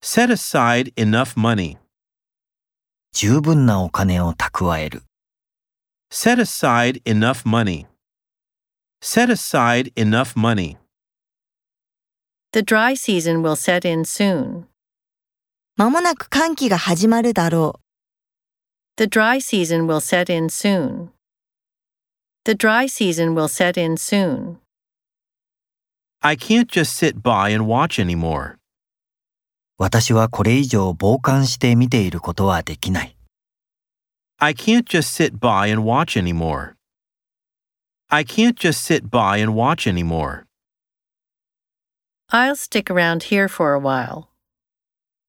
Set aside enough money. 十分なお金を蓄える。 Set aside enough money. Set aside enough money. The dry season will set in soon. まもなく寒気が始まるだろ The dry season will set in soon. The dry season will set in soon. I can't just sit by and watch anymore. 私はこれ以上傍観して見ていることはできない。 I can't just sit by and watch anymore. I can't just sit by and watch anymore. I'll stick around here for a while. う。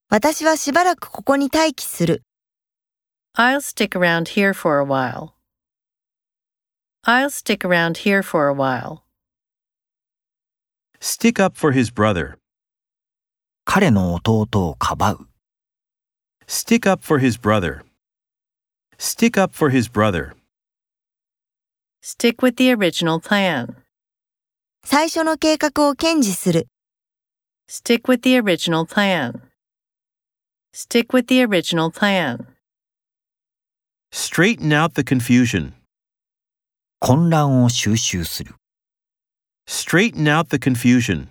私はしばらくここに待機する。 I'll stick around here for a while. I'll stick around here for a while. Stick up for his brother. 彼の弟をかばう。 Stick up for his brother. Stick up for his brother. Stick with the original plan. 最初の計画を堅持する。 Stick with the original plan. Stick with the original plan. Straighten out the confusion. 混乱を収集する。 Straighten out the confusion.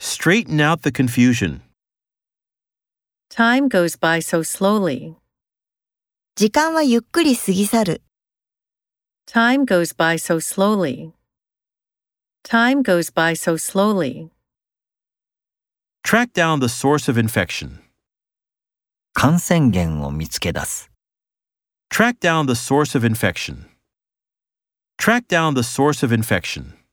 Straighten out the confusion. Time goes by so slowly. 時間はゆっくり過ぎ去る。 Time goes by so slowly. Time goes by so slowly. Track down the source of infection. 感染源を見つけ出す。 Track down the source of infection. Track down the source of infection.